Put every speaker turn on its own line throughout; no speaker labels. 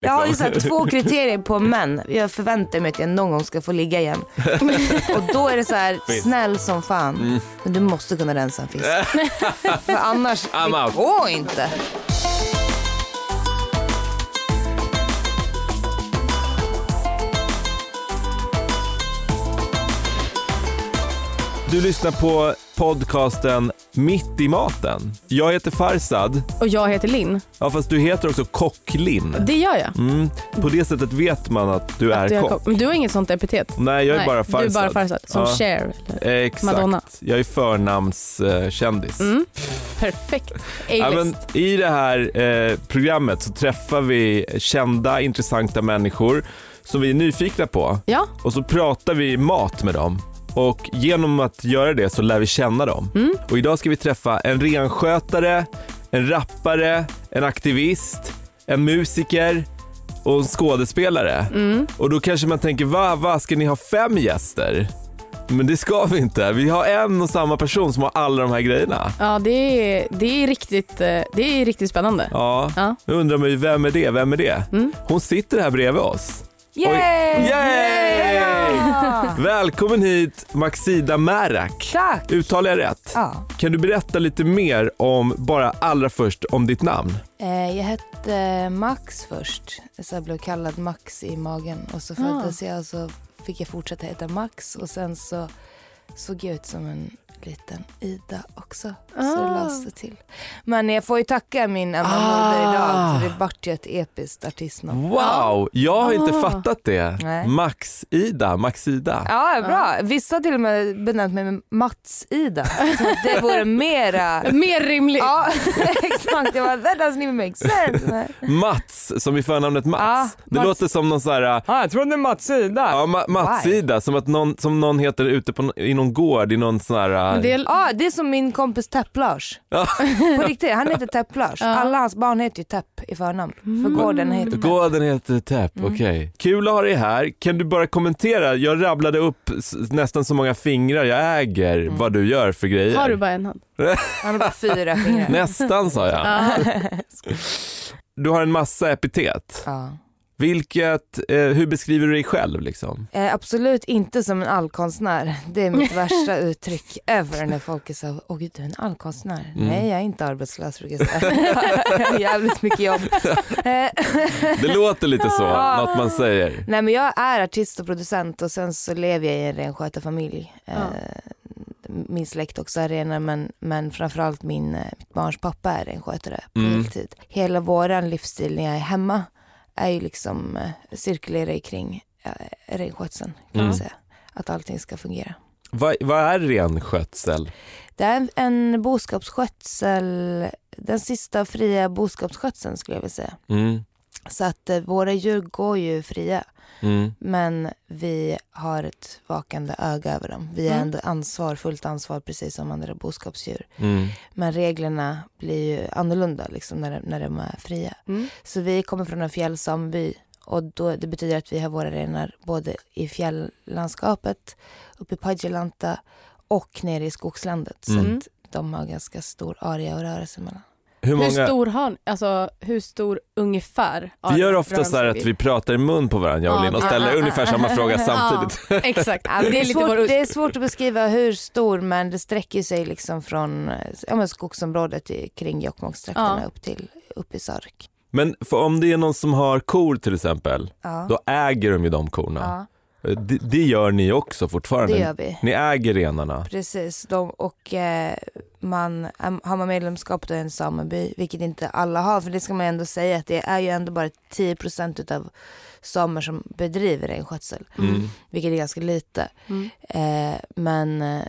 Jag har ju så
liksom.
här, två kriterier på män. Jag förväntar mig att jag någon gång ska få ligga igen. Och då är det så här, snäll som fan.
Mm.
Men du måste kunna rensa en fisk. För annars,
I'm
det
out.
går inte.
Du lyssnar på podcasten Mitt i maten. Jag heter Farsad.
Och jag heter Linn.
Ja, fast du heter också Kocklin.
Det gör jag.
Mm. På det sättet vet man att du är
Du är
kock.
kock. Men du har inget sånt epitet?
Nej, jag är
Nej,
bara
Du
Farsad.
är bara Farsad. Som
Ja.
Cher. eller?
Eh, Exakt.
Madonna.
Jag är förnamnskändis.
Mm. Perfekt.
Ja,
A-list.
men I det här eh, programmet så träffar vi kända, intressanta människor som vi är nyfikna på.
Ja.
Och så pratar vi mat med dem. Och genom att göra det så lär vi känna dem.
Mm.
Och idag ska vi träffa en renskötare, en rappare, en aktivist, en musiker och en skådespelare.
Mm.
Och då kanske man tänker, va, va, ska ni ha fem gäster? Men det ska vi inte. Vi har en och samma person som har alla de här grejerna.
Ja, det är, det är, riktigt, eh, det är riktigt spännande.
Ja,
Ja.
nu undrar man ju vem är det, vem är det?
Mm.
Hon sitter här bredvid oss.
Yay!
Yay!
Ja!
Välkommen hit Maxida Märak.
Tack!
Uttalar jag rätt?
Ja.
Kan du berätta lite mer om, bara allra först, om ditt namn?
Eh, jag hette Max först. Så jag blev kallad Max i magen. Och så föddes jag och så fick jag fortsätta heta Max. Och sen så såg jag ut som en liten Ida också. Så det
Ah.
lades det till. Men jag får ju tacka min Emma Mulder idag. För det vart ju ett episkt artistnamn.
Mm. Wow, jag har inte
Ah.
fattat det.
Nej.
Max-Ida, Maxida.
Ja, bra. Vissa har till och med benämnt mig med Mats-Ida. Så att Det vore mera...
Mer rimligt.
Ja, exakt. Jag bara, that doesn't even make sense. Nej.
Mats, som i förnamnet Mats.
Ah,
Ja,
det
Mats.
låter som någon sån här, ah,
Ja, Ah, jag trodde Mats-Ida.
ja, ma- Mats-Ida, som att någon, som någon heter ute på, i någon gård i någon sån här...
Men det är,
Ja, det är som min kompis Tepp-Lars.
Ja.
På riktigt, han heter Tepp-Lars. Alla hans barn heter ju Tepp i förnamn. För gården heter Tepp.
ah, Gården heter Täpp,
Mm.
okej. Kul att ha dig här. Kan du bara kommentera? Jag rabblade upp s- nästan så många fingrar jag äger vad du gör för grejer.
Mm. har du bara en hand?
Han har bara fyra fingrar.
Nästan sa jag.
Ja.
Du har en massa epitet.
Ja.
Vilket, eh, hur beskriver du dig själv liksom?
Eh, absolut inte som en allkonstnär. Det är mitt värsta uttryck ever när folk är så åh gud du är en allkonstnär. Nej jag är inte arbetslös brukar jag säga. Jag har jävligt mycket jobb. Eh,
Det låter lite så,
Ja.
något man säger.
Nej men jag är artist och producent och sen så lever jag i en renskötarfamilj. Eh,
Ja.
min släkt också är renare men, men framförallt min, eh, mitt barns pappa är renskötare på
Mm.
heltid. Hela våran livsstil när jag är hemma är ju liksom eh, cirkulerar kring eh, renskötseln kan
Mm.
man säga. Att allting ska fungera.
Vad, vad är renskötsel?
Det är en, en boskapsskötsel, den sista fria boskapsskötseln skulle jag vilja säga.
Mm.
Så att eh, våra djur går ju fria.
Mm.
Men vi har ett vakande öga över dem. Vi är
Mm.
ändå ansvar, fullt ansvar precis som andra boskapsdjur.
Mm.
Men reglerna blir ju annorlunda liksom, när, när de är fria.
Mm.
Så vi kommer från en fjällsameby och då, det betyder att vi har våra renar både i fjälllandskapet, uppe i Padjelanta och nere i skogslandet.
Mm.
Så att de har ganska stor area att röra sig mellan.
Hur
Hur
många...
stor har ni? Alltså hur stor ungefär?
Vi gör ofta så här att vi pratar i mun på varandra, jag och
Ja,
Linn, och
det-
ställer ungefär samma fråga samtidigt.
Ja, exakt. Det är lite
svårt,
vår USP.
det är svårt att beskriva hur stor men det sträcker sig liksom från eh, ja, men skogsområdet i, kring Jokkmokkstrakterna
Ja.
upp till upp i Sörk.
Men för om det är någon som har kor till exempel,
Ja.
då äger de ju de korna. Eh,
Ja,
Det, det gör ni också
det
fortfarande.
gör vi.
Ni äger renarna.
Precis, de, och eh, man, äm, har man medlemskap då i en sameby, vilket inte alla har, för det ska man ju ändå säga att det är ju ändå bara 10% utav samer som bedriver renskötsel,
Mm.
vilket är ganska lite.
Mm.
Eh, men eh,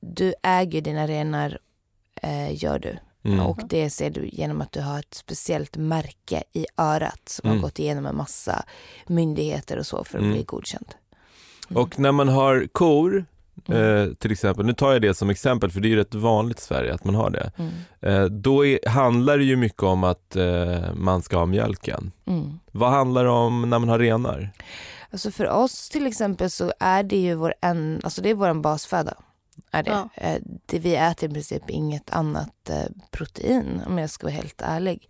du äger dina renar, eh, gör du.
Mm.
Och det ser du genom att du har ett speciellt märke i örat som
Mm.
har gått igenom en massa myndigheter och så för att
Mm.
bli godkänd.
Och när man har kor,
Mm.
eh, till exempel, nu tar jag det som exempel för det är ju rätt vanligt i Sverige att man har det.
Mm.
Eh, då är, handlar det ju mycket om att eh, man ska ha mjölken.
Mm.
Vad handlar det om när man har renar?
Alltså för oss till exempel så är det ju vår, en, alltså det är vår basföda. Är det.
Ja.
Eh, det. Vi äter i princip inget annat eh, protein om jag ska vara helt ärlig.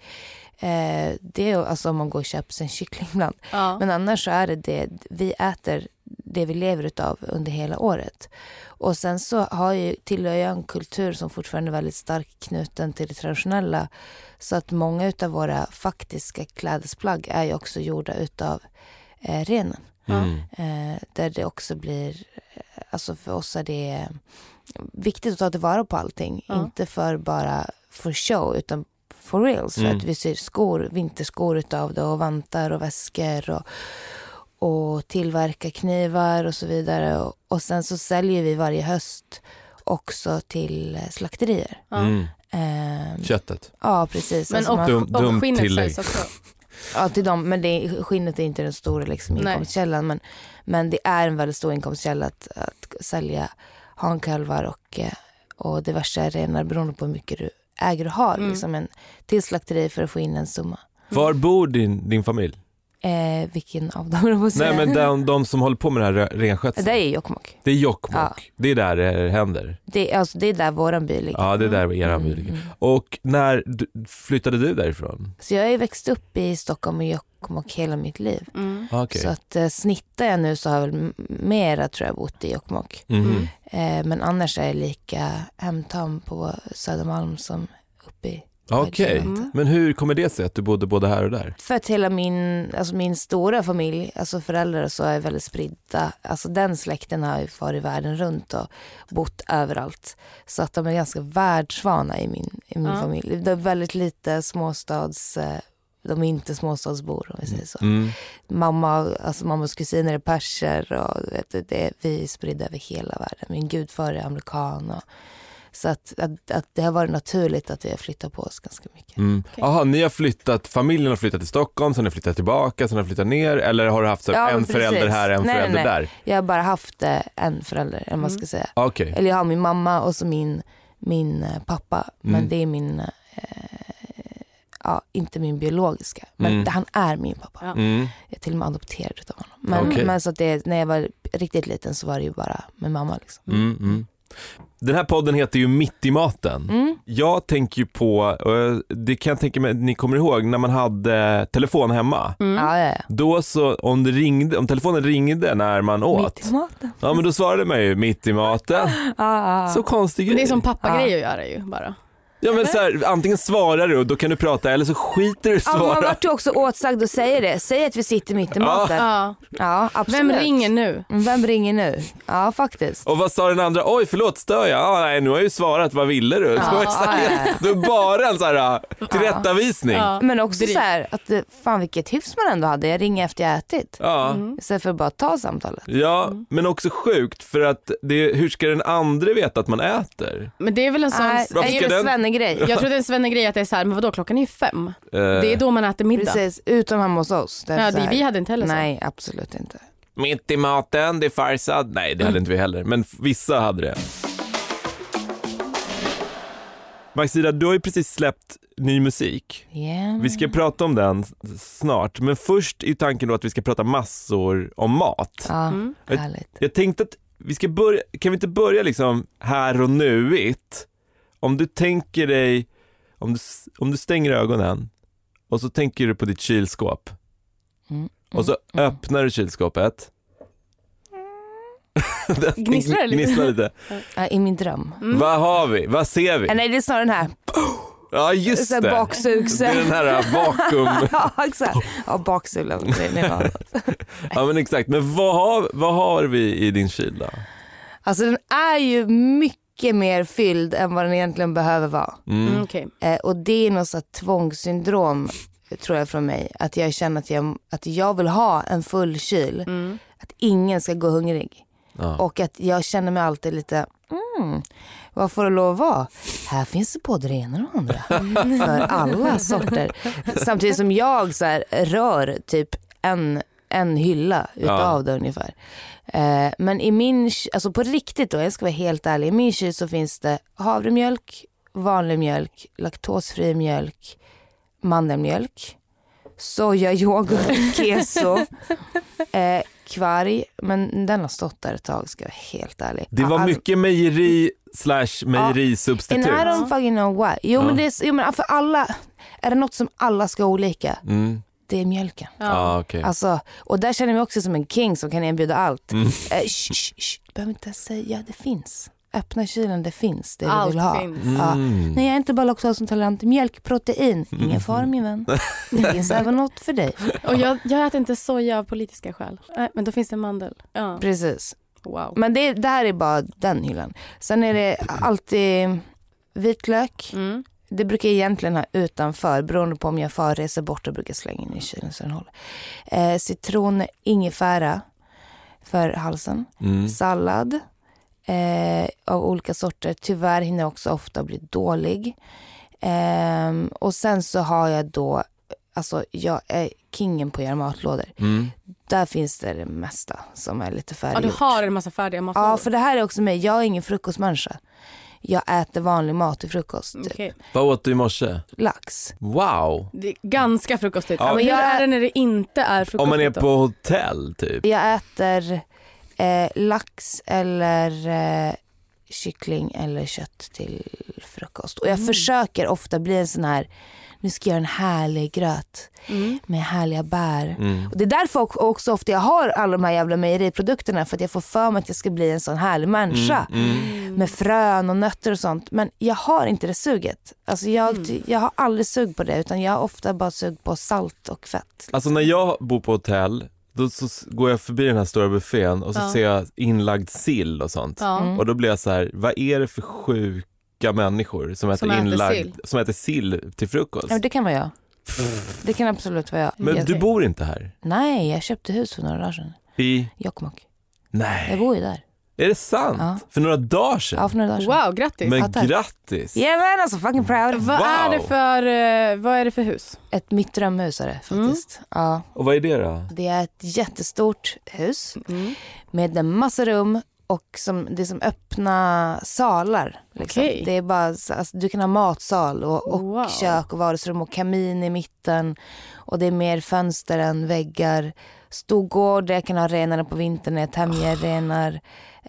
Eh, det är alltså om man går och köper sig en kyckling ibland.
Ja.
Mm.
Men annars så är det det vi äter, det vi lever utav under hela året. Och sen så har ju, tillhör jag en kultur som fortfarande är väldigt starkt knuten till det traditionella. Så att många utav våra faktiska klädesplagg är ju också gjorda utav eh, renen.
Mm.
Eh, där det också blir, eh, alltså för oss är det viktigt att ta tillvara på allting.
Ja.
Inte för bara for show utan for reals.
Mm.
För att vi syr skor, vinterskor utav det och vantar och väskor och, och tillverkar knivar och så vidare. Och, och sen så säljer vi varje höst också till eh, slakterier.
Ja.
Mm.
Eh,
Köttet.
ja, precis.
Men
Alltså
och,
man-
Dum- dumt
och skinnet
tillägg.
säljs också.
Ja, till dem, men det, skinnet är inte den stora liksom,
Nej.
inkomstkällan. Men, men det är en väldigt stor inkomstkälla att, att sälja hankalvar och, eh, och diverse renar beroende på hur mycket du äger och har.
Mm.
Liksom en till slakteri för att få in en summa.
Var bor din, din familj?
Eh, vilken av dem du måste
Nej men de, de som håller på med den här
Det
rö- renskötseln.
är Jokkmokk.
Det är Jokkmokk.
Ja.
Det är där det händer.
Det, är- alltså, det är där våran by ligger.
Ja, det är där era by
Mm,
ligger.
mm.
Och när du, flyttade du därifrån?
Så jag har ju växt upp i Stockholm och Jokkmokk hela mitt liv.
Mm.
Okej.
Så att eh, snittar jag nu så har jag väl m- mera tror jag bott i Jokkmokk.
Mhm.
Mm.
Eh, men annars är jag lika hemtam på Södermalm som uppe i...
Okej.
Mm.
Men hur kommer det sig att du bodde både här och där?
För att hela min, alltså min stora familj, alltså föräldrar och så är väldigt spridda. Alltså den släkten har ju varit världen runt och bott överallt. Så att de är ganska världsvana i min, i min
Ja.
familj. Det är väldigt lite småstads... eh, De är inte småstadsbor om vi säger så.
Mm.
Mamma, alltså mammas kusiner är perser och du vet du, det, vi är spridda över hela världen. Min gudfar är amerikan. Och, så att, att, att det har varit naturligt att vi har flyttat på oss ganska mycket.
Mm.
Okej.
Aha, ni har flyttat, familjen har flyttat till Stockholm, sen har ni flyttat tillbaka, sen har ni flyttat ner eller har du haft så här,
Ja, men
en
precis.
förälder här, en
Nej, nej,
förälder
nej.
där? Ah,
Jag har bara haft eh, en förälder, eller vad
Mm.
man ska säga.
Okej.
Eller jag har min mamma och så min, min eh, pappa. Men
Mm.
det är min, eh, ja inte min biologiska. Men
Mm.
han är min pappa.
Ja.
Mm.
Jag är till och med adopterad utav honom. Men,
Okej.
men så att det, när jag var riktigt liten så var det ju bara med mamma liksom.
Mm. Mm. Den här podden heter ju Mitt i maten.
Mm.
Jag tänker ju på, och jag- det kan jag tänka mig att ni kommer ihåg, när man hade telefon hemma.
Mm.
Ja, ja, ja.
Då så, om, det ringde, om telefonen ringde när man åt,
Mitt i maten.
ja men då svarade man ju mitt i maten.
Ah, ah.
Så konstig grej.
Det är som pappagrej att göra ju bara.
Ja men så här, antingen svarar du och då kan du prata eller så skiter du i att
Ja, man
svara. Ah.
vart ju också åtsagd att säga det. Säg att vi sitter mitt i maten. Ja,
Ja.
absolut.
Vem ringer nu?
Mm, Vem ringer nu? Ja, faktiskt.
Och vad sa den andra? Oj förlåt stör jag? Ah, nej nu har jag ju svarat, vad ville du? Så var det så här, det är bara en så här ah, tillrättavisning. Ja.
Ja.
Men också
Driv.
så här, att det- fan vilket hyfs man ändå hade. Jag ringer efter jag ätit.
Ja.
Mm.
Istället för att bara ta samtalet.
men också sjukt för att det, hur ska den andra veta att man äter?
Men det är väl en sån...
Nej,
Varför
det
ska
är
den-
en svennegrej.
Jag tror det är en svennegrej att det är så här, men vadå klockan är ju fem.
Eh,
Det är då man äter middag.
Precis, utom hemma hos oss. Där
Ja,
så
det,
här,
vi alltså. hade inte heller så.
Nej, absolut inte.
Eh, Mitt i maten, det är farsad. Nej
Mm.
det hade inte vi heller, men f- vissa hade det. Maxida, du har ju precis släppt ny musik.
Yeah.
Vi
Mm.
ska prata om den s- snart, men först är tanken då att vi ska prata massor om mat.
Ja,
Mm.
härligt.
Jag tänkte att vi ska börja, kan vi inte börja liksom här och nuigt? Om du tänker dig, om du, s- om du stänger ögonen och så tänker du på ditt kylskåp
Mm,
och så
mm.
öppnar du kylskåpet.
Gnisslar det lite?
Gnisslar lite.
Ja, I min dröm.
Mm.
Vad har vi? Vad ser
Ja,
vi?
nej, det är snarare den här.
Ja just
Så här
det. Det är den
baksugsen.
här vakuum...
ja, exakt. Ja, baksulan. Det är något annat.
Ja men exakt, men vad har, vad har vi i din kyl då?
Alltså den är ju mycket mer fylld än vad den egentligen behöver vara.
Mm.
Mm, okej.
Eh, och det är något sånt tvångssyndrom tror jag från mig. Att jag känner att jag, att jag vill ha en full kyl.
Mm.
Att ingen ska gå hungrig.
Ja.
Och att jag känner mig alltid lite, mm, vad får det lov att vara? Här finns det både det ena och det andra. För alla sorter. Samtidigt som jag så här, rör typ en, en hylla utav det ungefär. Eh, men i min, ky- alltså på riktigt då, jag ska vara helt ärlig. I min kyl så finns det havremjölk, vanlig mjölk, laktosfri mjölk, mandelmjölk, soja, yoghurt, keso. Eh, kvarg, men den har stått där ett tag ska jag vara helt ärlig.
Det
All-
var mycket mejeri slash mejerisubstitut.
And I don't fucking know why. Jo,
Ja.
men det är, så- jo men för alla, är det något som alla ska ha olika,
Mm.
det är mjölken.
Ja, ah, okej.
Alltså, och där känner jag mig också som en king som kan erbjuda allt.
Mm.
Eh, shh, shh, shh, du behöver inte säga, det finns. Öppna kylen, det finns det du
Allt
vill ha.
finns.
Mm.
ja. Nej, jag är inte bara laktosintolerant. Mjölkprotein, ingen fara min vän. Det finns även något för dig.
Och jag, jag äter inte soja av politiska skäl. Nej, men då finns det mandel. Ja.
Precis.
Wow.
Men det, det här är bara den hyllan. Sen är det alltid vitlök.
Mm.
Det brukar jag egentligen ha utanför beroende på om jag far reser bort och brukar slänga in i kylen så den håller. Eh, citron, ingefära för halsen.
Mm.
Sallad eh, av olika sorter. Tyvärr hinner jag också ofta bli dålig. Ehm, och sen så har jag då, alltså jag är kingen på att göra matlådor.
Mm.
Där finns det det mesta som är lite
Ja,
färdigt.
du har en massa färdiga matlådor.
Ja, för det här är också mig. Jag är ingen frukostmänniska. Jag äter vanlig mat till frukost. Typ.
Okej.
Vad åt du i morse?
Lax.
Wow.
Det är ganska frukostigt.
Ja.
Men
Men
hur
jag är-
är det när det inte är frukostigt?
Om man är
då?
på hotell typ.
Jag äter eh, lax eller eh, kyckling eller kött till frukost. Och jag försöker ofta bli en sån här, nu ska jag göra en härlig gröt
Mm.
med härliga bär.
Mm.
Och det är därför ock- också ofta jag har alla de här jävla mejeriprodukterna för att jag får för mig att jag ska bli en sån härlig människa.
Mm.
med frön och nötter och sånt. Men jag har inte det suget. Alltså jag, jag har aldrig sug på det utan jag har ofta bara sug på salt och fett.
Alltså när jag bor på hotell, då så s- går jag förbi den här stora buffén och så
Ja.
ser jag inlagd sill och sånt.
Ja.
Mm.
Och då blir jag så här, vad är det för sjuka människor som äter,
äter
inlagd,
sill.
som äter sill till frukost?
Ja, men det kan vara jag. Det kan absolut vara jag.
Men
jag
du bor inte här?
Nej, jag köpte hus för några dagar sedan.
I?
Jokkmokk. Jag
Nej.
bor ju där.
Är det sant?
Ja.
För några dagar
Ja,
sedan?
för några dagar sedan.
Wow, grattis.
Men
Ja, tack.
grattis!
Jajamän, alltså fucking proud.
Vad,
Wow.
är det för, eh, vad är det för hus?
Ett mitt drömhus är det faktiskt. Ja,
Och vad är det då?
det är ett jättestort hus med en massa rum och som, det är som öppna salar. Liksom.
Okej.
Det är bara, så- alltså, du kan ha matsal och, och
Wow.
kök och vardagsrum och kamin i mitten. Och det är mer fönster än väggar. Stor gård där jag kan ha renarna på vintern när jag tämjer
Ah.
renar.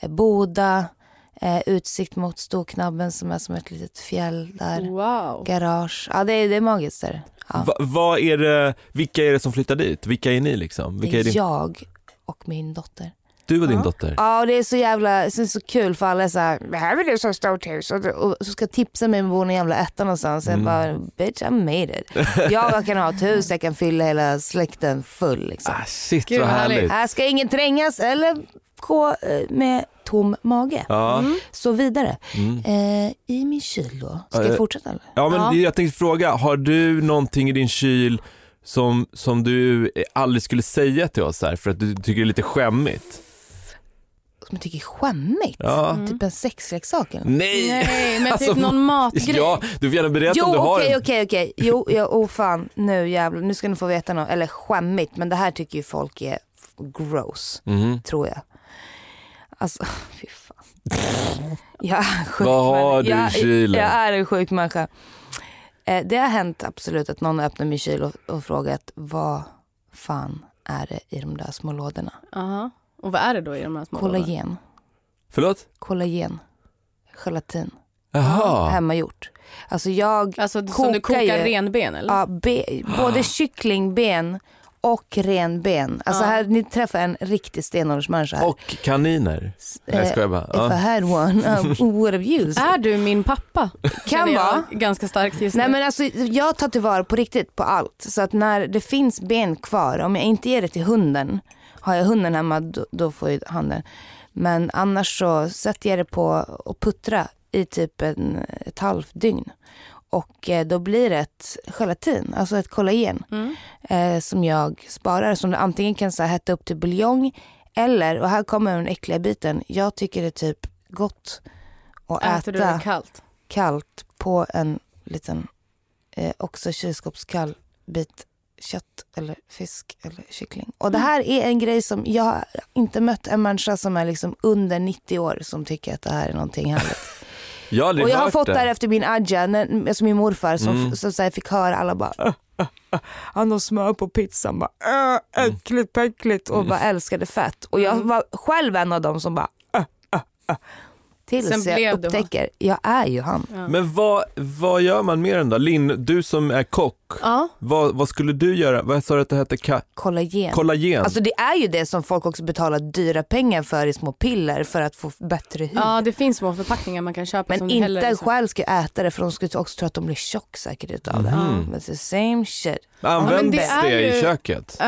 Eh, Boda, eh, utsikt mot Storknabben som är som ett litet fjäll där.
Wow.
Garage. Ja, det är, det är magiskt. Där. Ja.
Va, vad är det, vilka är det som flyttar dit? Vilka är ni liksom?
Det
Vilka är
är
din,
jag och min dotter.
du och din
Ja.
dotter?
Ja, Alltså, och det är så jävla så, så kul för alla är så här, "Men här vill du så stort hus och, och så ska tipsa mig om att bo i någon jävla etta någonstans.
Mm.
Jag bara, bitch I made it. Jag kan ha ett hus, jag kan fylla hela släkten full liksom.
Ah, shit
Gud,
vad
vad
härligt!
härligt.
Här ska ingen trängas eller gå eh, med tom mage.
Ja.
Så vidare.
Mm.
Eh, I min kyl då. Ska
Eh,
jag fortsätta eller?
Ja, men
Ja.
det- jag tänkte fråga, har du någonting i din kyl som, som du aldrig skulle säga till oss här för att du tycker det är lite skämmigt?
Som jag tycker är skämmigt.
Ja.
Typ en sexleksak eller något.
Nej!
Nej, men
Alltså,
typ någon matgrej.
Ja, du får gärna berätta om
Jo
du har
okej
en.
okej okej, jo ja, oh fan nu jävlar, nu ska ni få veta något, eller skämmigt men det här tycker ju folk är f- gross,
Mhm.
tror jag. Alltså fy fan. Jag är en sjuk
Vad har du i
människa.
kylen?
Jag, jag är en sjuk människa. Eh, det har hänt absolut att någon har öppnat min kyl och, och frågat vad fan är det i de där små lådorna?
Aha. Och vad är det då i de här små lådorna?
Kollagen,
Förlåt?
kollagen, gelatin,
Jaha.
hemmagjort. Alltså jag
Alltså som du
Kokar
kokar
ju.
renben eller?
Ja, be, både kycklingben och renben. Alltså
Ja.
här, ni träffar en riktig stenåldersmänniska här.
Och kaniner. Nej, jag
Eh,
skojar bara.
If I
Ja. Ah,
had one, I would have used.
Är du min pappa? Känner
Kan
jag
vara.
Ganska starkt just
Nej
nu.
men alltså jag tar tillvara på riktigt på allt. Så att när det finns ben kvar, om jag inte ger det till hunden, har jag hunden hemma då, då får ju han den. Men annars så sätter jag det på och puttra i typ en, ett halvt dygn. Och eh, då blir det ett gelatin, alltså ett kollagen.
Mm.
eh, som jag sparar som du antingen kan så här, hetta upp till buljong eller, och här kommer den äckliga biten, jag tycker det är typ gott att
Äter du det
äta
kallt?
kallt på en liten, eh, också kylskåpskall bit kött eller fisk eller kyckling. Och
Mm.
det här är en grej som jag har inte mött en människa som är liksom under 90 år som tycker att det här är någonting härligt.
Jag har aldrig
Och jag har
hört
fått
det.
det här efter min adja, när, alltså min morfar som,
Mm.
som så här, fick höra alla bara "Äh, "Åh,
Han har smör på pizzan. Bara, äh, äckligt, päckligt.
Mm.
Och bara älskade fett. Och jag var själv en av dem som bara...
"Äh, Tills
Sen
jag
blev du han.
upptäcker, jag är ju han.
Ja.
Men vad, vad gör man mer än då? Linn, du som är kock,
ja.
vad, vad skulle du göra? Vad sa du att det hette? Ka-
Kollagen.
kollagen?
Alltså det är ju det som folk också betalar dyra pengar för i små piller för att få bättre hy.
ja, det finns små förpackningar man kan köpa. som liksom-
Men
du häller
inte
i så-
själv ska äta det för de skulle också tro att de blir tjock säkert utav det.
Mhm.
Men it's the same shit.
Ja, men
Används
det
det,
är
i
ju-
köket?
Eh,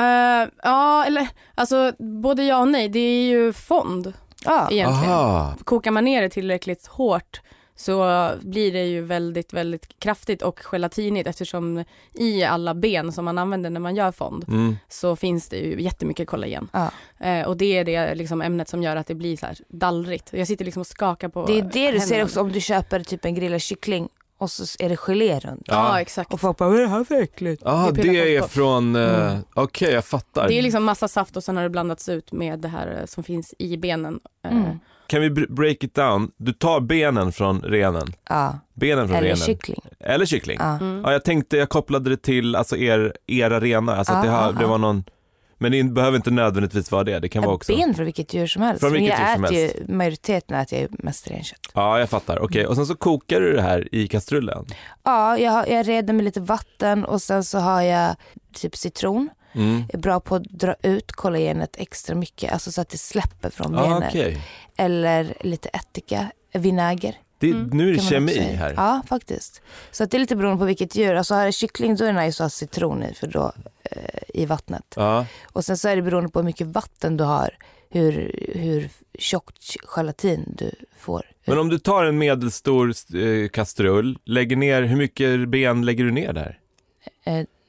ja, eller alltså både ja och nej. Det är ju fond
Ja.
egentligen.
Aha.
Kokar man ner det tillräckligt hårt så blir det ju väldigt, väldigt kraftigt och gelatinigt eftersom i alla ben som man använder när man gör fond
Mm.
så finns det ju jättemycket kollagen.
Ja.
Eh, och det är det liksom ämnet som gör att det blir så här dallrigt. Jag sitter liksom och skakar på
Det är det du ser
händerna.
också om du köper typ en grillad kyckling och så är det gelé runt.
Ja,
Ja.
exakt.
Och folk bara vad är det här för äckligt?
Ah,
Det
det,
pillar
är
folk på.
från, eh, okej jag fattar.
Det är liksom massa saft och sen har det blandats ut med det här eh, som finns i benen. Eh,
Mm.
Kan vi br- break it down? Du tar benen från renen,
Ja.
benen från
Eller
renen.
kyckling.
Eller kyckling.
Ja.
Mm.
Ja, jag tänkte, jag kopplade det till alltså er, era renar, alltså att det,
Ah,
har,
ah,
det
ah.
var någon, men det behöver inte nödvändigtvis vara det, det kan vara också.
Ben från vilket djur som helst.
Från
Men
vilket
jag
djur som
äter ju, majoriteten äter jag ju mest renkött.
Ja, jag fattar. Okej, och sen så kokar du det här i kastrullen.
Ja, jag, har- jag reder med lite vatten och sen så har jag typ citron.
Mm.
är bra på att dra ut kollagenet extra mycket, alltså så att det släpper från
Ja,
benen.
Ah, okej.
Eller lite ättika, vinäger.
Det,
Mm.
Nu är det
kan man
kemi
också säga.
här.
Ja, faktiskt. Så att det är lite beroende på vilket djur. Alltså har jag kyckling då är det nice att ha citron i, för då eh, i vattnet.
Ja.
Och sen så är det beroende på hur mycket vatten du har, hur, hur tjockt gelatin du får.
Men om du tar en medelstor eh, kastrull, lägger ner, hur mycket ben lägger du ner där?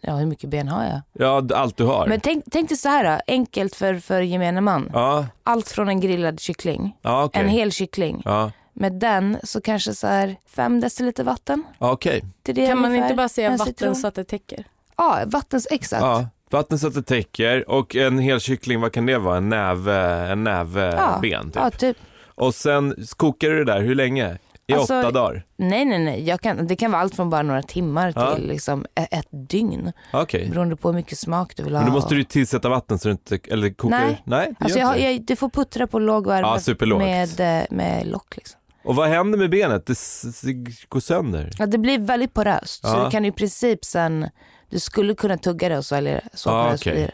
Ja, hur mycket ben har jag?
Ja, d- allt du har.
Men tänk, tänk dig så här då, enkelt för, för gemene man.
Ja,
Allt från en grillad kyckling,
ja okej.
en hel kyckling.
Ja,
Med den så kanske så här 5 deciliter vatten.
ja okej.
till det
Kan man
ungefär.
inte bara säga
en
vatten
citron.
så att det täcker?
Ja, vattens, exakt. Ja.
Ja. Vatten så att det täcker och en hel kyckling, vad kan det vara? En näve, en näve
Ja.
ben typ.
Ja, typ.
Och sen kokar du det där, hur länge? I
Alltså,
åtta dagar?
Nej, nej, nej. Jag kan, det kan vara allt från bara några timmar
Ja.
till liksom e- ett dygn.
Okej.
Beroende på hur mycket smak du vill ha.
Men då måste du ju tillsätta vatten så du inte, eller kokar
Nej.
Nej det
alltså,
gör
jag, har-
inte det.
jag, du får puttra på låg värme
Ja, superlågt.
med, eh, med lock. Liksom.
Och vad händer med benet? Det s- s- går sönder.
Ja, det blir väldigt poröst. Så
Ja.
du kan i princip sen, du skulle kunna tugga det och svälja det. Så
Ja,
poröst
okej.
blir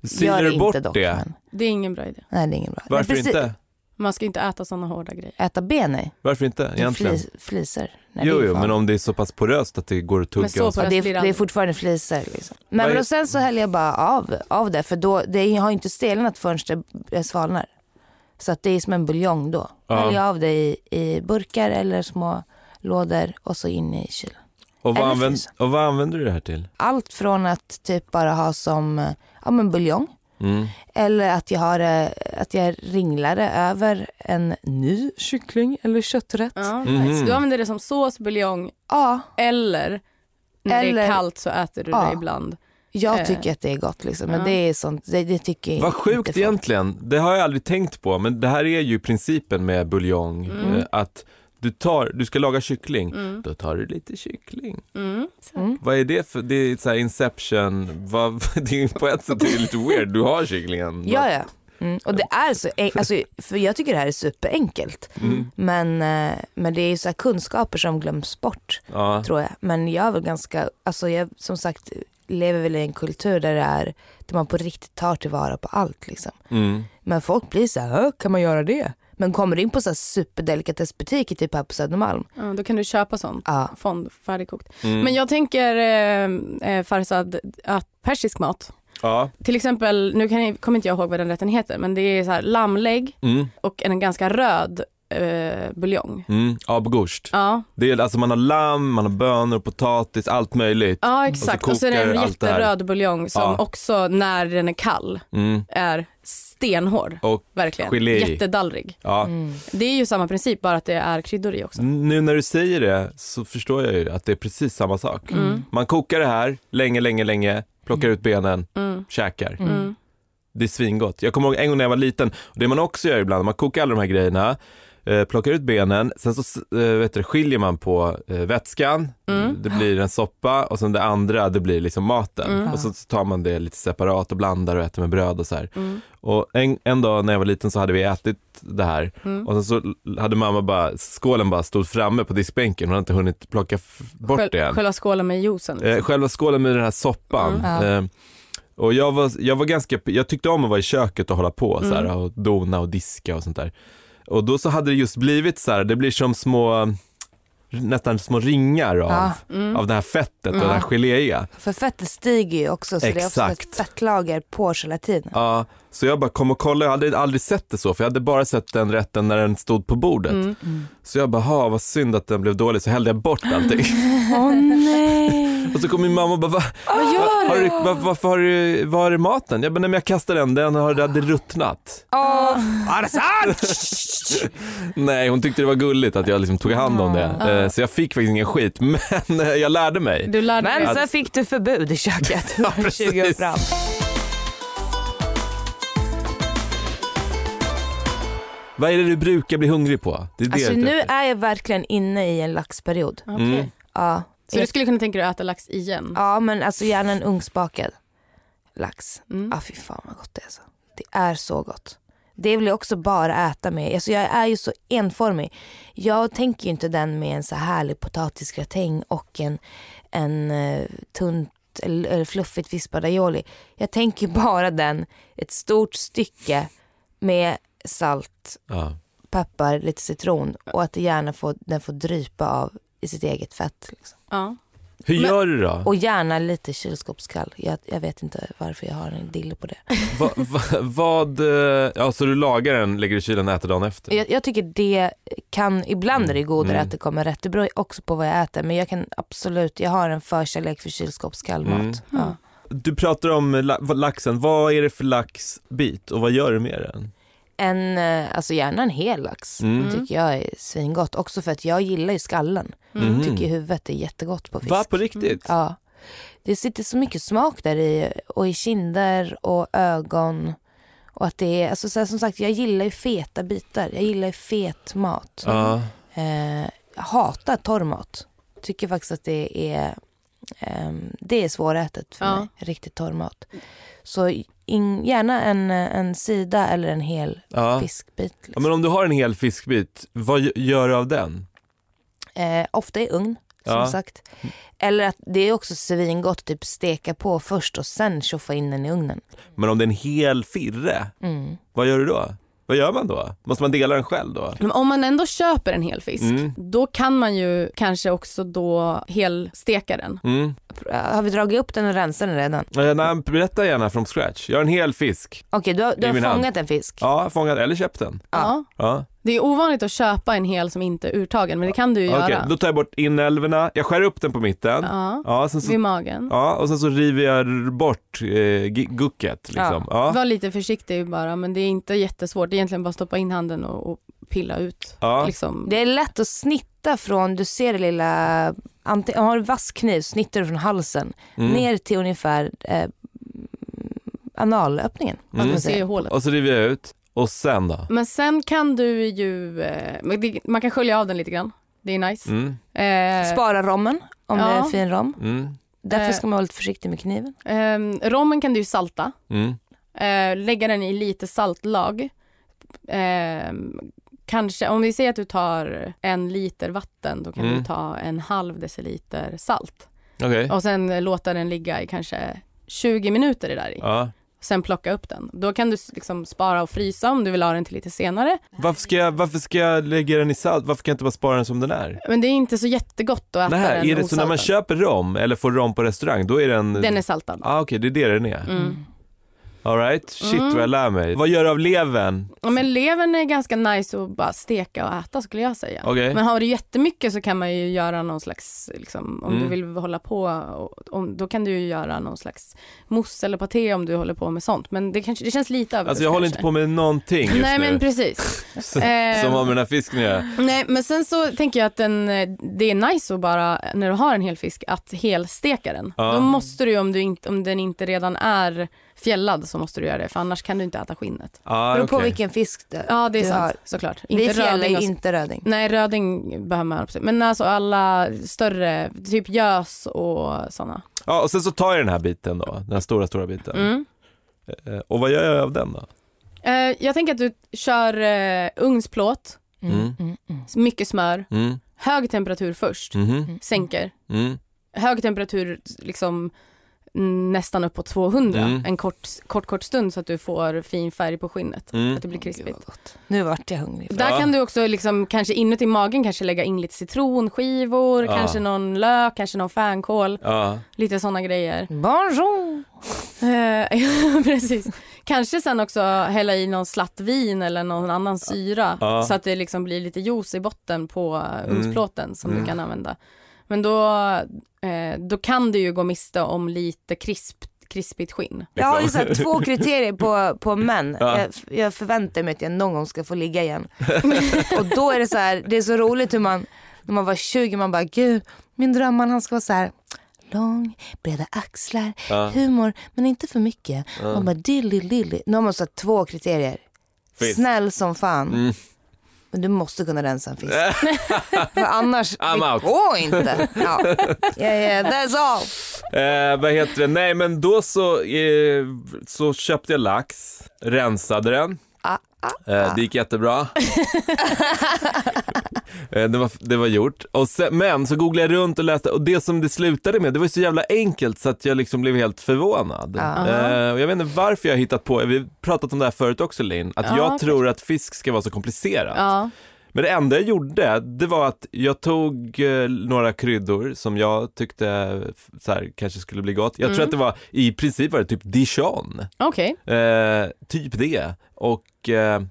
det.
Silar du bort det?
men-
Det är ingen bra idé.
nej, det är ingen bra.
Varför
Men precis-
inte?
Man ska inte äta sådana hårda grejer.
Äta ben, nej.
Varför inte
Det är
egentligen?
Flis, fliser. Nej, det
Jo,
är
jo,
fan-
men om det är så pass poröst att det går att tugga.
Men så
och så.
poröst-
Ja, det,
blir
är,
det
det är
aldrig.
fortfarande fliser. Liksom. Men,
Vad är-
men och sen så häller jag bara av, av det för då, det har ju inte stelnat förrän det eh, svalnar. Så att det är som en buljong då.
Ja.
Häller jag av det i, i burkar eller små lådor och så in i kylen.
och, vad
eller
använd,
frysen.
och vad använder du det här till?
Allt från att typ bara ha som eh, ja, men buljong
Mm.
eller att jag, har, eh, att jag ringlar det över en ny kyckling eller kötträtt. Ja,
Ja,
Mhm.
nice. Du använder det som sås, buljong eller när det
Eller-
är kallt så äter du
Ja.
det ibland.
jag
Eh.
tycker att det är gott liksom, men
Ja.
det är sånt, det, det tycker jag
Vad
inte
sjukt
folk.
egentligen. Det har jag aldrig tänkt på, men det här är ju principen med buljong.
Mm.
eh, Att du, tar, du ska laga kyckling,
Mm.
då tar du lite kyckling.
Mm.
Mm.
Vad är det för, det är så här inception, vad, det är på ett sätt är det lite weird, du har kycklingen.
Ja, ja. Mm. Och det är så, en- alltså, för jag tycker det här är superenkelt.
Mm.
Men, eh, men det är ju så här kunskaper som glöms bort
Ja.
tror jag. Men jag är väl ganska, alltså jag som sagt lever väl i en kultur där det är, där man på riktigt tar tillvara på allt liksom.
Mm.
Men folk blir så här, "Hö, kan man göra det? Men kommer in på så här superdelikatessbutiker typ här på Södermalm,
Ja, då kan du köpa sånt.
ja.
Fond, färdigkokt.
Mm.
Men jag tänker eh, eh, Farzad, att persisk mat,
ja.
till exempel, nu kan jag, kommer inte jag ihåg vad den rätten heter, men det är så här lammlägg
Mm.
och en ganska röd eh, buljong.
Mm. Abgurst.
Ja,
Det är, alltså man har lamm, man har bönor, potatis, allt möjligt.
ja exakt. Och, så är det
Alltså kokar
en
allt det här.
jätteröd buljong som
Ja.
också när den är kall
Mm.
är stenhård.
Och
Verkligen.
gelé.
Jättedallrig.
ja.
Mm.
Det är ju samma princip bara att det är kryddor i också.
Nu när du säger det så förstår jag ju att det är precis samma sak.
Mm.
Man kokar det här länge, länge, länge, plockar ut benen,
Mm.
käkar.
Mm.
Mm.
Det är svingott. Jag kommer ihåg en gång när jag var liten, och det man också gör ibland, man kokar alla de här grejerna, eh, eh, plockar ut benen, sen så s- eh, vet du, skiljer man på eh, vätskan,
Mm.
det blir en soppa och sen det andra det blir liksom maten.
Mm.
Och så så tar man det lite separat och blandar och äter med bröd och så här.
Mm.
Och en, en dag när jag var liten så hade vi ätit det här
Mm.
och sen så l- hade mamma bara, skålen bara stod framme på diskbänken, hon hade inte hunnit plocka f- bort
Själ-
det än.
Själva skålen med juicen.
Eh, själva skålen med den här soppan.
Mm. Ja.
Eh, och jag var, jag var ganska, jag tyckte om att vara i köket och hålla på så här,
Mm.
och dona och diska och sånt där. Och då så hade det just blivit så här, det blir som små, nästan små ringar av,
Ja.
Mm.
av det här fettet och
Ja.
det här geléiga.
För fettet stiger ju också så det är också ett
Exakt.
fettlager på gelatinen.
Ja, så jag bara kom och kollade, jag hade aldrig- aldrig sett det så för jag hade bara sett den rätten när den stod på bordet.
Mm.
Så jag bara, "Ha, vad synd att den blev dålig, så hällde jag bort allting.
Åh nej!
och så kom min mamma och bara, "Va?
Vad gör
Har
du?
du, var, varför har du, var är maten? Jag bara, nej men jag kastade den, den har- hade ruttnat.
Är det sant?
Nej, hon tyckte det var gulligt att jag liksom tog hand om det. Eh, Så jag fick faktiskt ingen skit, men eh, jag lärde mig.
Du lärde dig.
Men
Att-
sen fick du förbud i köket.
Ja,
20 år
precis.
fram.
Vad är det du brukar bli hungrig på? Det är det
Alltså
jag är ute
nu
efter.
är jag verkligen inne i en laxperiod.
Okej.
Mm.
Ja,
Så du skulle kunna tänka dig att äta lax igen?
ja men alltså gärna en ugnsbakad lax.
Mm.
Ja fy fan vad gott det är alltså. Det är så gott. Det vill jag också bara äta med. Alltså jag är ju så enformig. Jag tänker ju inte den med en så härlig potatisgratäng och en, en eh, tunt eller eller fluffigt vispad aioli. Jag tänker bara den, ett stort stycke med salt,
Ja.
peppar, lite citron och att det gärna får, den får drypa av i sitt eget fett. Liksom.
Ja.
Hur
Men-
gör du då?
Och gärna lite kylskåpskall. Jag, jag vet inte varför jag har en dille på det.
Va, va, vad, eh, ja så du lagar den, lägger i kylen och äter dagen efter?
Jag, jag tycker det kan, ibland är det godare
Mm.
att det kommer rätt. Det beror ju också på vad jag äter men jag kan absolut, jag har en förkärlek för kylskåpskall mat.
Mm.
Ja.
Du pratar om la, vad- laxen, vad är det för laxbit och vad gör du med den?
En, eh, alltså gärna en hel lax
Mm.
tycker jag är svingott. Också för att jag gillar ju skallen.
Mm.
Mhm.
Tycker huvudet är jättegott på fisk. Mm.
Va, på riktigt?
Ja. Det sitter så mycket smak där i och i kinder och ögon. Och att det är, alltså så här, som sagt jag gillar ju feta bitar. Jag gillar ju fet mat.
Ja.
Eh, jag hatar torrmat. Tycker faktiskt att det är, ehm, det är svårätet för
Ja.
mig. Riktigt torrmat. Så in, gärna en, en sida eller en hel
Ja.
fiskbit.
Ja,
Liksom.
men om du har en hel fiskbit, vad gö- gör du av den?
Eh, ofta i ugn som
Ja.
sagt. Eller att det är också svingott att typ steka på först och sen tjoffa in den i ugnen.
Men om det är en hel firre,
Mm.
vad gör du då? Vad gör man då? Måste man dela den själv då?
Men om man ändå köper en hel fisk,
Mm.
då kan man ju kanske också då helsteka den.
Mm.
Har vi dragit upp den och rensat den redan?
Eh, Nej, berätta gärna från scratch. Gör en hel fisk.
Okej, du har, du
I
har
min hand.
fångat en fisk.
Ja, fångad eller köpt den.
Ja.
Ja.
Det är ovanligt att köpa en hel som inte är urtagen, men det kan du ju
Okej,
göra.
då tar jag bort inälvorna. Jag skär upp den på mitten. Ja.
Ja,
sen så,
vid magen.
ja, och sen så river jag bort eh, gi- gucket. Liksom. Ja. Ja.
Var lite försiktig bara, men det är inte jättesvårt. Det är egentligen bara att stoppa in handen och, och pilla ut. Liksom.
Det är lätt att snitta från, du ser det lilla, ante- om du har en vass kniv snittar du från halsen
Mm.
ner till ungefär eh, analöppningen. vad
Mm.
man
Man ser ju
säger.
hålet.
Och så river jag ut. Och sen då?
Men sen kan du ju, eh, men det- man kan skölja av den lite grann. Det är nice.
Mm.
Eh,
Spara rommen om det är
Ja.
en fin rom.
Mm.
Därför
Eh.
ska man vara lite försiktig med kniven.
ehm, rommen kan du ju salta.
Mm.
Eh, lägga den i lite saltlag. Eh, kanske, om vi säger att du tar en liter vatten, då kan
Mm.
du ta en halv deciliter salt.
Okej.
Och sen eh, låta den ligga i kanske 20 minuter det där i.
Ja.
Sen plocka upp den. Då kan du s- liksom spara och frysa om du vill ha den till lite senare.
Varför, ska jag, varför ska jag lägga den i salt? Varför kan jag inte bara spara den som den är?
Men det är inte så jättegott att äta
Nej,
den
är det så när man
osaltad.
köper rom eller får rom på restaurang, då är den...
Den är saltad.
ah, Okej, det är det den är.
Mm.
Alright, shit
Mm.
vad jag lär mig. Vad gör du av levern?
Ja, men levern är ganska nice att bara steka och äta skulle jag säga.
Okej.
Men har du jättemycket så kan man ju göra någon slags, liksom, om
Mm.
du vill hålla på, och, om, då kan du ju göra någon slags mousse eller paté om du håller på med sånt. Men det, kanske, det känns lite över
Alltså jag håller inte på med någonting just
Nej
nu.
men precis.
som,
ehm.
som har med den här fisken att göra.
Nej men sen så tänker jag att den, eh, det är nice att bara, när du har en hel fisk, att helsteka den.
Ja.
Då måste du ju om, du inte, om den inte redan är fjällad så måste du göra det för annars kan du inte äta skinnet.
Ah,
Beror på
okej.
vilken fisk det är.
Ja det är
Du
sant
har-
såklart.
Vi
Inte
fjällar
röding
ju
och
inte röding.
Nej, röding behöver man absolut. Men alltså alla större, typ gös och sådana.
Ja, och sen så tar jag den här biten då, den här stora, stora biten.
Mm.
Eh, Och vad gör jag av den då?
Eh, jag tänker att du kör eh, ugnsplåt,
Mm.
Mm, mm, mm.
mycket smör,
Mm,
hög temperatur först,
mhm,
sänker.
mm,
Hög temperatur liksom mm, nästan upp på 200
Mm.
en kort, kort, kort stund så att du får fin färg på skinnet.
mm.
Att det blir krispigt.
Gud, vad gott. Nu vart jag hungrig.
Där kan du också liksom, kanske inuti magen kanske lägga in lite citronskivor,
Ja.
kanske någon lök, kanske någon fänkål,
Ja,
lite sådana grejer.
Bonjour!
Eh, ja, precis. Kanske sen också hälla i någon slatt vin eller någon annan syra
Ja.
så att det liksom blir lite juice i botten på eh,
Mm.
ugnsplåten som
Mm.
du kan använda. Men då, eh, då kan du ju gå miste om lite krisp, krispigt skinn.
Jag har ju så här, två kriterier på, på män.
Liksom. Ja.
Jag, jag förväntar mig att jag någon gång ska få ligga igen. och då är det så här, det är så roligt hur man, när man var 20, man bara gud, min drömman han ska vara så här lång, breda axlar,
ja,
humor, men inte för mycket. Man
ja.
bara dilly dilly. Nu har man så här, två kriterier.
Fisk.
Snäll som fan.
Mm.
Men du måste kunna rensa en fisk. För annars,
I'm out.
det går inte. Ja. Yeah, yeah, that's all.
Eh, vad heter det? Nej, men då så, eh, så köpte jag lax, rensade den.
Ah, ah,
Eh,
ah.
det gick jättebra. eh, det, var, det var gjort. Och sen, men så googlade jag runt och läste och det som det slutade med, det var ju så jävla enkelt så att jag liksom blev helt förvånad.
Ja.
Eh, och jag vet inte varför jag har hittat på, vi har pratat om det här förut också Linn, att
Ja,
jag tror att fisk ska vara så komplicerat.
Ja.
Men det enda jag gjorde, det var att jag tog eh, några kryddor som jag tyckte eh, f- så här, kanske skulle bli gott. Jag tror
Mm.
att det var, i princip var det typ dijon.
Okej,
Eh, typ det. Och eh,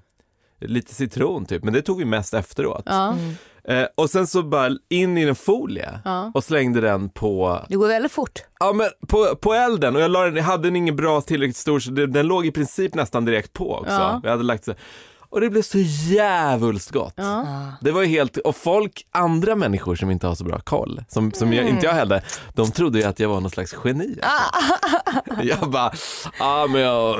lite citron typ, men det tog vi mest efteråt.
ja.
Mm.
Eh, och sen så bara in i en folie
ja.
och slängde den på,
Det går väldigt fort.
ja, men på, på elden och jag la den, jag hade den ingen bra tillräckligt stor så det, den låg i princip nästan direkt på också.
Ja.
Jag hade lagt så, och det blev så jävulst gott.
ja.
Ah.
Det var ju helt, och folk, andra människor som inte har så bra koll, som, som jag, inte jag heller, de trodde ju att jag var någon slags geni. Alltså. Jag bara, ah, men jag...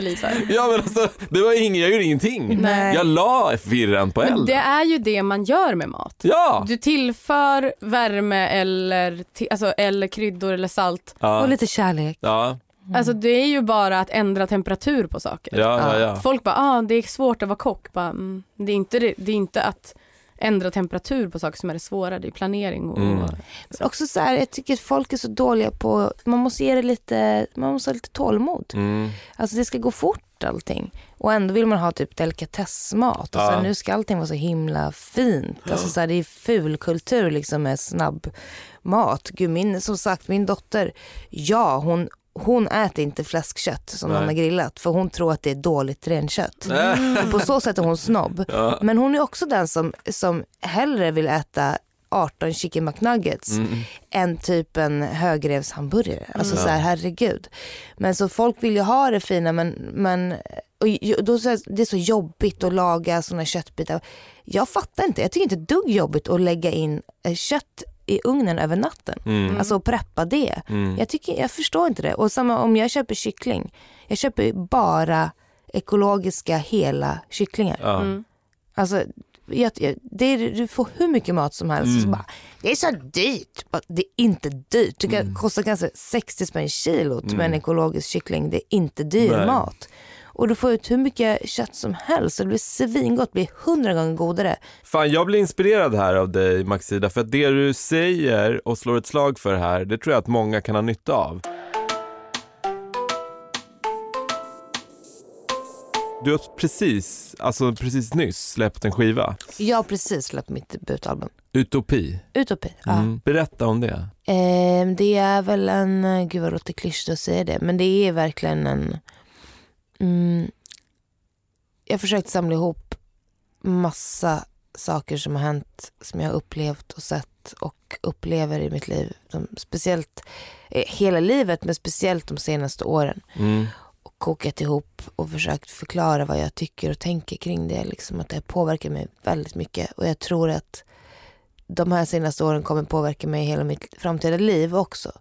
lite.
Ja men alltså, det var ing, jag gjorde ingenting.
Nej.
Jag la virren på elden.
Men det är ju det man gör med mat.
Ja!
Du tillför värme eller, ti- alltså, eller kryddor eller salt
Och
Ja,
lite kärlek.
ja,
Alltså det är ju bara att ändra temperatur på saker.
ja, ja. ja.
Folk bara, ah, det är svårt att vara kock. Bara, mm, det, är inte, det, det är inte att ändra temperatur på saker som är det svåra, det är planering och...
Mm.
och
Men Också så här, jag tycker att folk är så dåliga på, man måste ge det lite, man måste ha lite tålamod.
Mm.
Alltså det ska gå fort allting. Och ändå vill man ha typ delikatessmat och
Ja.
så här, nu ska allting vara så himla fint. Alltså så här, det är fulkultur liksom med snabb mat. Gud, min, som sagt min dotter, ja hon hon äter inte fläskkött som
Nej.
någon har grillat för hon tror att det är dåligt renkött.
Mm.
Och På så sätt är hon snobb.
Ja.
Men hon är också den som, som hellre vill äta 18 chicken McNuggets
Mm.
än typ en högrevshamburgare. Alltså så här, herregud. Men så folk vill ju ha det fina men, men och ju- då så här, det är så jobbigt att laga sådana köttbitar. Jag fattar inte, jag tycker inte ett dugg jobbigt att lägga in eh, kött i ugnen över natten.
Mm.
Alltså att preppa det.
Mm.
Jag, tycker, jag förstår inte det. Och samma om jag köper kyckling, jag köper bara ekologiska hela kycklingar.
Ja.
Mm.
Alltså, jag, jag, det är, du får hur mycket mat som helst.
Mm.
Och Så bara, det är så dyrt. Bara, Det är inte dyrt. Det
Mm.
kan, kostar kanske 60 spänn kilot med en ekologisk kyckling. Det är inte dyr
Nej.
mat. Och du får ut hur mycket kött som helst och det blir svingott. Det blir hundra gånger godare.
Fan, jag blir inspirerad här av dig Maxida, för att det du säger och slår ett slag för här, det tror jag att många kan ha nytta av. Du har precis, alltså precis nyss släppt en skiva,
Jag har precis släppt mitt debutalbum.
Utopi.
Utopi. Ja.
Mm. Berätta om det.
Ehm, det är väl en, gud vad det låter klyschigt att säga det, men det är verkligen en... Mm, jag har försökt samla ihop massa saker som har hänt, som jag har upplevt och sett och upplever i mitt liv. De, speciellt eh, hela livet, men speciellt de senaste åren.
Mm.
Och kokat ihop och försökt förklara vad jag tycker och tänker kring det. Liksom, att det påverkar mig väldigt mycket och jag tror att de här senaste åren kommer påverka mig i hela mitt framtida liv också.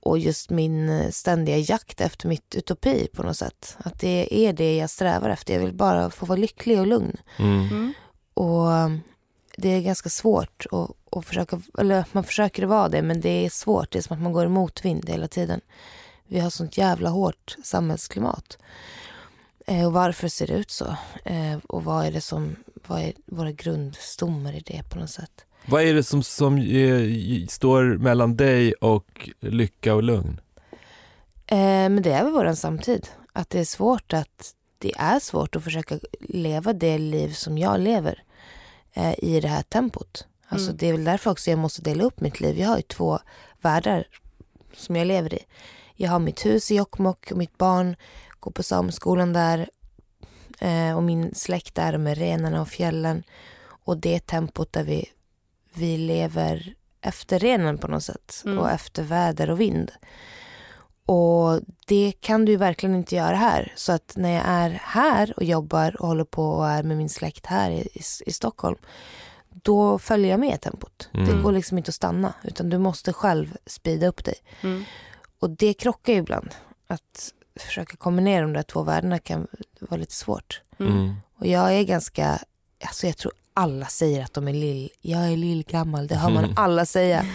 och just min eh, ständiga jakt efter mitt utopi på något sätt. Att det är det jag strävar efter. Jag vill bara få vara lycklig och lugn.
Mm.
Mm.
Och um, det är ganska svårt att, att försöka, eller man försöker vara det men det är svårt. Det är som att man går i motvind hela tiden. Vi har sånt jävla hårt samhällsklimat. Eh, och varför ser det ut så? Eh, och vad är det som, vad är våra grundstommar i det på något sätt?
Vad är det som, som eh, står mellan dig och lycka och lugn?
Eh, men det är väl våran samtid. Att det är svårt att det är svårt att försöka leva det liv som jag lever eh, i det här tempot. Alltså
Mm.
Det är väl därför också jag måste dela upp mitt liv. Jag har ju två världar som jag lever i. Jag har mitt hus i Jokkmokk och mitt barn går på sameskolan där eh, och min släkt är med renarna och fjällen och det tempot där vi, vi lever efter renen på något sätt
Mm.
och efter väder och vind. Och det kan du ju verkligen inte göra här. Så att när jag är här och jobbar och håller på och är med min släkt här i, i, i Stockholm, då följer jag med tempot. Det
Mm.
går liksom inte att stanna, utan du måste själv speeda upp dig.
Mm.
Och det krockar ju ibland. Att försöka kombinera de där två världarna kan vara lite svårt.
Mm.
Och jag är ganska, alltså jag tror alla säger att de är lill, jag är lillgammal, det hör man
Mm.
alla säga.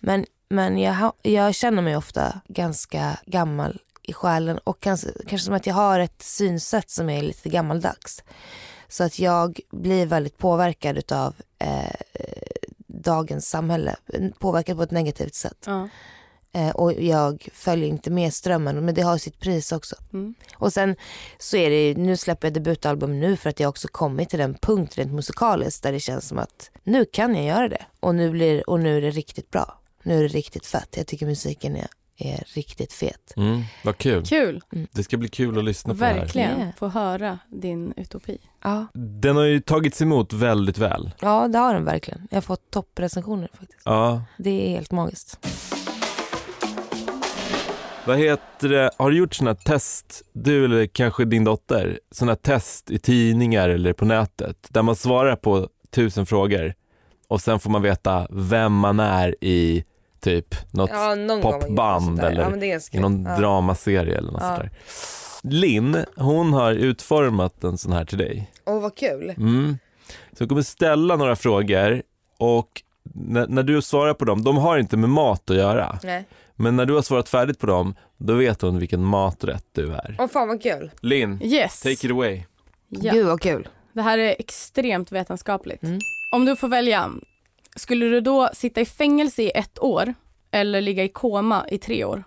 Men, men jag, ha- jag känner mig ofta ganska gammal i själen och kanske, kanske som att jag har ett synsätt som är lite gammaldags. Så att jag blir väldigt påverkad utav eh, dagens samhälle, påverkad på ett negativt sätt.
Ja.
Eh, och jag följer inte med strömmen men det har sitt pris också.
Mm.
Och sen så är det ju- nu släpper jag debutalbum nu för att jag också kommit till den punkt rent musikaliskt där det känns som att nu kan jag göra det och nu, blir, och nu är det riktigt bra. Nu är det riktigt fett. Jag tycker musiken är, är riktigt fet.
Mm. Vad kul.
Kul,
Det ska bli kul att lyssna på det här.
verkligen.
Yeah.
Få höra din utopi.
Ja,
Den har ju tagits emot väldigt väl.
ja det har den verkligen. Jag har fått topprecensioner faktiskt.
Ja.
Det är helt magiskt.
Vad heter det? Har du gjort sådana test, du eller kanske din dotter, sådana test i tidningar eller på nätet där man svarar på tusen frågor och sen får man veta vem man är i typ något,
någon
gång har jag gjort popband sånt där. eller Ja, men
det är
i någon dramaserie eller något sånt där. Linn, hon har utformat en sån här till dig.
Åh vad kul.
Mm. Så jag kommer ställa några frågor och när, när du svarar på dem, de har inte med mat att göra.
Nej.
Men när du har svarat färdigt på dem, då vet hon vilken maträtt du är.
Åh fan vad kul.
Linn,
Yes!
take it away.
Ja.
Gud vad kul.
Det här är extremt vetenskapligt.
Mm.
Om du får välja, skulle du då sitta i fängelse i ett år eller ligga i koma i tre år?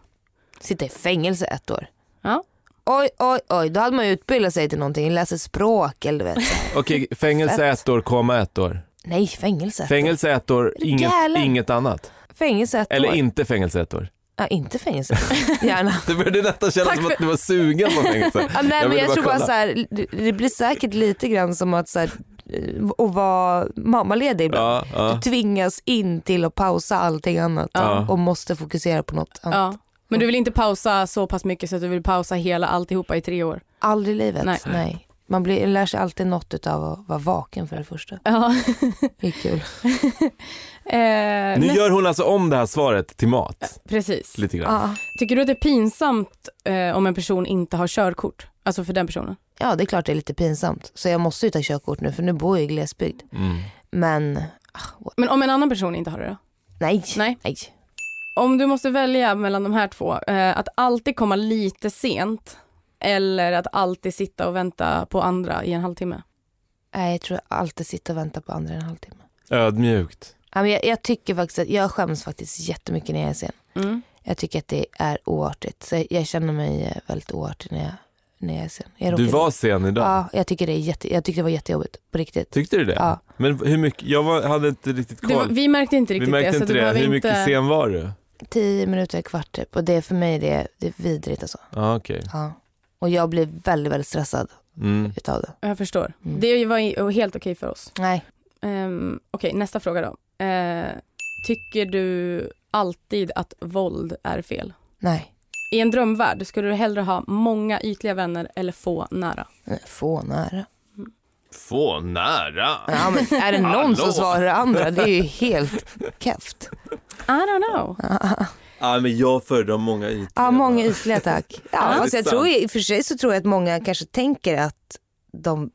sitta i fängelse ett år.
Ja.
Oj, oj, oj, då hade man ju utbildat sig till någonting, läsa språk eller du vet.
Okej, fängelse ett år, komma ett år.
Nej, fängelse.
Fängelse ett år,
du
inget,
galen?
inget annat.
fängelse ett
Eller
år.
inte fängelse ett år.
ja, inte fängelse. Gärna.
Det började nästan kännas
Tack
som
för-
att du var sugen på fängelse.
Ja, nej, men
ville
jag tror bara
kolla.
så här, det- det blir säkert lite grann som att så här, eh, att vara mammaledig ibland.
Ja, ja.
Du tvingas in till att pausa allting annat
Ja.
och måste fokusera på något annat.
Ja. Men du vill inte pausa så pass mycket så att du vill pausa hela alltihopa i tre år?
Aldrig i livet. Nej.
Nej.
Man blir, lär sig alltid något utav att vara vaken för det första.
Ja.
Det är kul.
eh,
Nu
näst-
gör hon alltså om det här svaret till mat,
Precis.
lite grann.
Ja.
Tycker du att det är pinsamt eh, om en person inte har körkort? Alltså för den personen?
ja, det är klart det är lite pinsamt. Så jag måste ju ta körkort nu för nu bor jag i glesbygd.
Mm.
Men
Men om en annan person inte har det då?
nej.
Nej. Om du måste välja mellan de här två, eh, att alltid komma lite sent eller att alltid sitta och vänta på andra i en halvtimme?
Nej, jag tror jag alltid sitter och väntar på andra i en halvtimme.
Ödmjukt.
Ja, men Jag, jag tycker faktiskt att, jag skäms faktiskt jättemycket när jag är sen.
Mm.
Jag tycker att det är oartigt. Så jag, jag känner mig eh, väldigt oartig när jag, när jag är sen. Jag
Du
råkar-
var sen idag.
Ja, jag tycker det, är jätte, jag tycker det var jättejobbigt. På riktigt.
Tyckte du det?
Ja.
Men hur mycket, jag var, hade inte riktigt
Det var,
koll.
vi märkte inte
vi
riktigt
märkte
det. så
inte
du
det.
behöver
Hur mycket
inte...
sen var du?
Tio minuter, en kvart typ. Och det är för mig det, det är vidrigt alltså.
Ja, okej.
Ja. Och jag blir väldigt, väldigt stressad
Mm.
utav det.
Jag förstår.
Mm.
Det var ju helt okej för oss.
Nej.
Um, okej, nästa fråga då. Eh, tycker du alltid att våld är fel?
Nej.
I en drömvärld, skulle du hellre ha många ytliga vänner eller få nära?
Få nära.
Få nära.
Ja, men är det någon
Hallå?
som svarar det andra? Det är ju helt keft.
I don't know.
Ja, men jag föredrar många ytliga.
Ja, många ytliga tack. Ja,
det är
fast jag
sant.
tror, i och för sig så tror jag att många kanske tänker att de,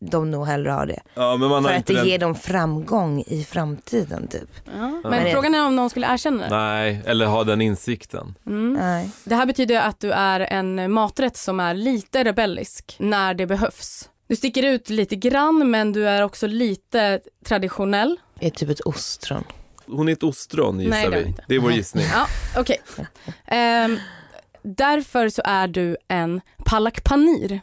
de nog hellre har det.
Ja, men man har
För att
inte
det
den...
ger dem framgång i framtiden typ.
Ja.
Men-
Men frågan är om någon skulle erkänna det.
Nej, eller ha den insikten.
Mm.
Nej.
Det här betyder att du är en maträtt som är lite rebellisk när det behövs. Du sticker ut lite grann men du är också lite traditionell.
Det är typ ett ostron.
Hon är ett ostron gissar
Nej, det är
vi.
hon inte.
Det är vår
Nej.
gissning.
Ja, okej. Ehm, därför så är du en palak paneer,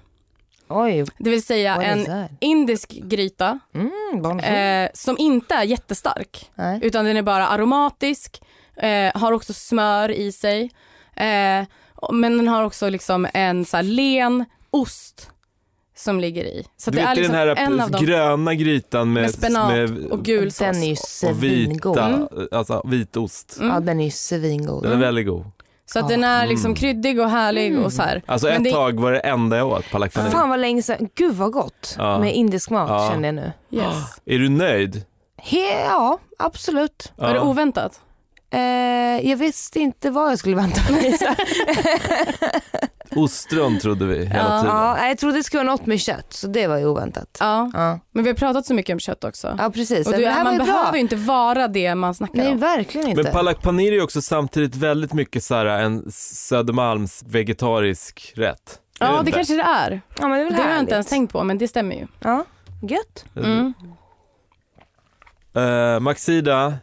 Oj,
det vill säga
vad är det
en
där?
indisk gryta
Mm, bonjour.
eh, som inte är jättestark.
Nej.
utan den är bara aromatisk, eh, har också smör i sig. Eh, och- men den har också liksom en så här len ost som ligger i. Så
Du
att det är
vet
liksom
den här
en av dem
gröna grytan med,
med spenat
med-
och gul sås.
Den är ju
och
svingod.
vita,
Mm.
alltså vitost.
Mm.
Ja, den är ju svingod.
Den är väldigt god.
Så att den är liksom
Mm.
kryddig och härlig
Mm.
och så här.
Alltså
Men
ett
det-
tag var det enda jag åt palak paneer.
Fan vad länge sedan. Gud vad gott
Ja.
med indisk mat
Ja.
känner jag nu.
Yes.
Är du nöjd?
He, ja, absolut.
Var det oväntat?
Eh, jag visste inte vad jag skulle vänta mig. så.
Ostron trodde vi hela
Ja.
tiden.
ja, jag trodde det skulle vara något med kött så det var ju oväntat.
Ja,
Ja,
men vi har pratat så mycket om kött också.
ja precis.
och du,
det här var
man
ju
behöver ju
bra.
inte vara det man snackar
Nej,
om.
verkligen inte.
Men palak paneer är ju också samtidigt väldigt mycket så här en Södermalms vegetarisk rätt. Är
Ja,
inte?
det kanske det är.
ja, men det är väl
Det har jag
härligt.
inte ens tänkt på, men det stämmer ju.
Ja, gött.
Mm.
Eh, Maxida,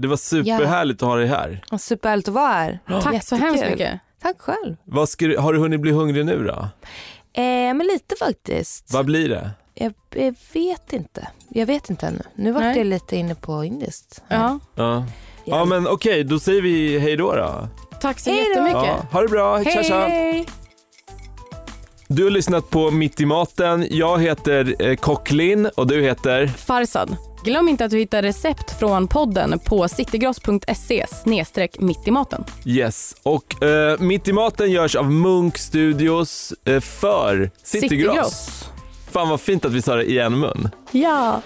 det var superhärligt att ha dig här.
Och Superhärligt att vara här.
Tack så hemskt
Jättekul.
mycket.
Tack själv.
Vad ska, du- har du hunnit bli hungrig nu då?
Eh, men lite faktiskt.
Vad blir det?
Jag, jag vet inte. Jag vet inte ännu. Nu vart
Nej.
jag lite inne på indiskt.
Ja.
Ja, ja men okej, då säger vi hej då. då.
Tack så
Hej då.
jättemycket.
Ja, ha det bra, tja tja.
hej.
Du har lyssnat på Mitt i maten. Jag heter eh, Kocklin och du heter?
Farsad. Glöm inte att du hittar recept från podden på citygross.se mitt i maten.
Yes. Och eh, Mitt i maten görs av Munk Studios eh, för Citygross. Fan vad fint att vi sa det i en mun.
Ja.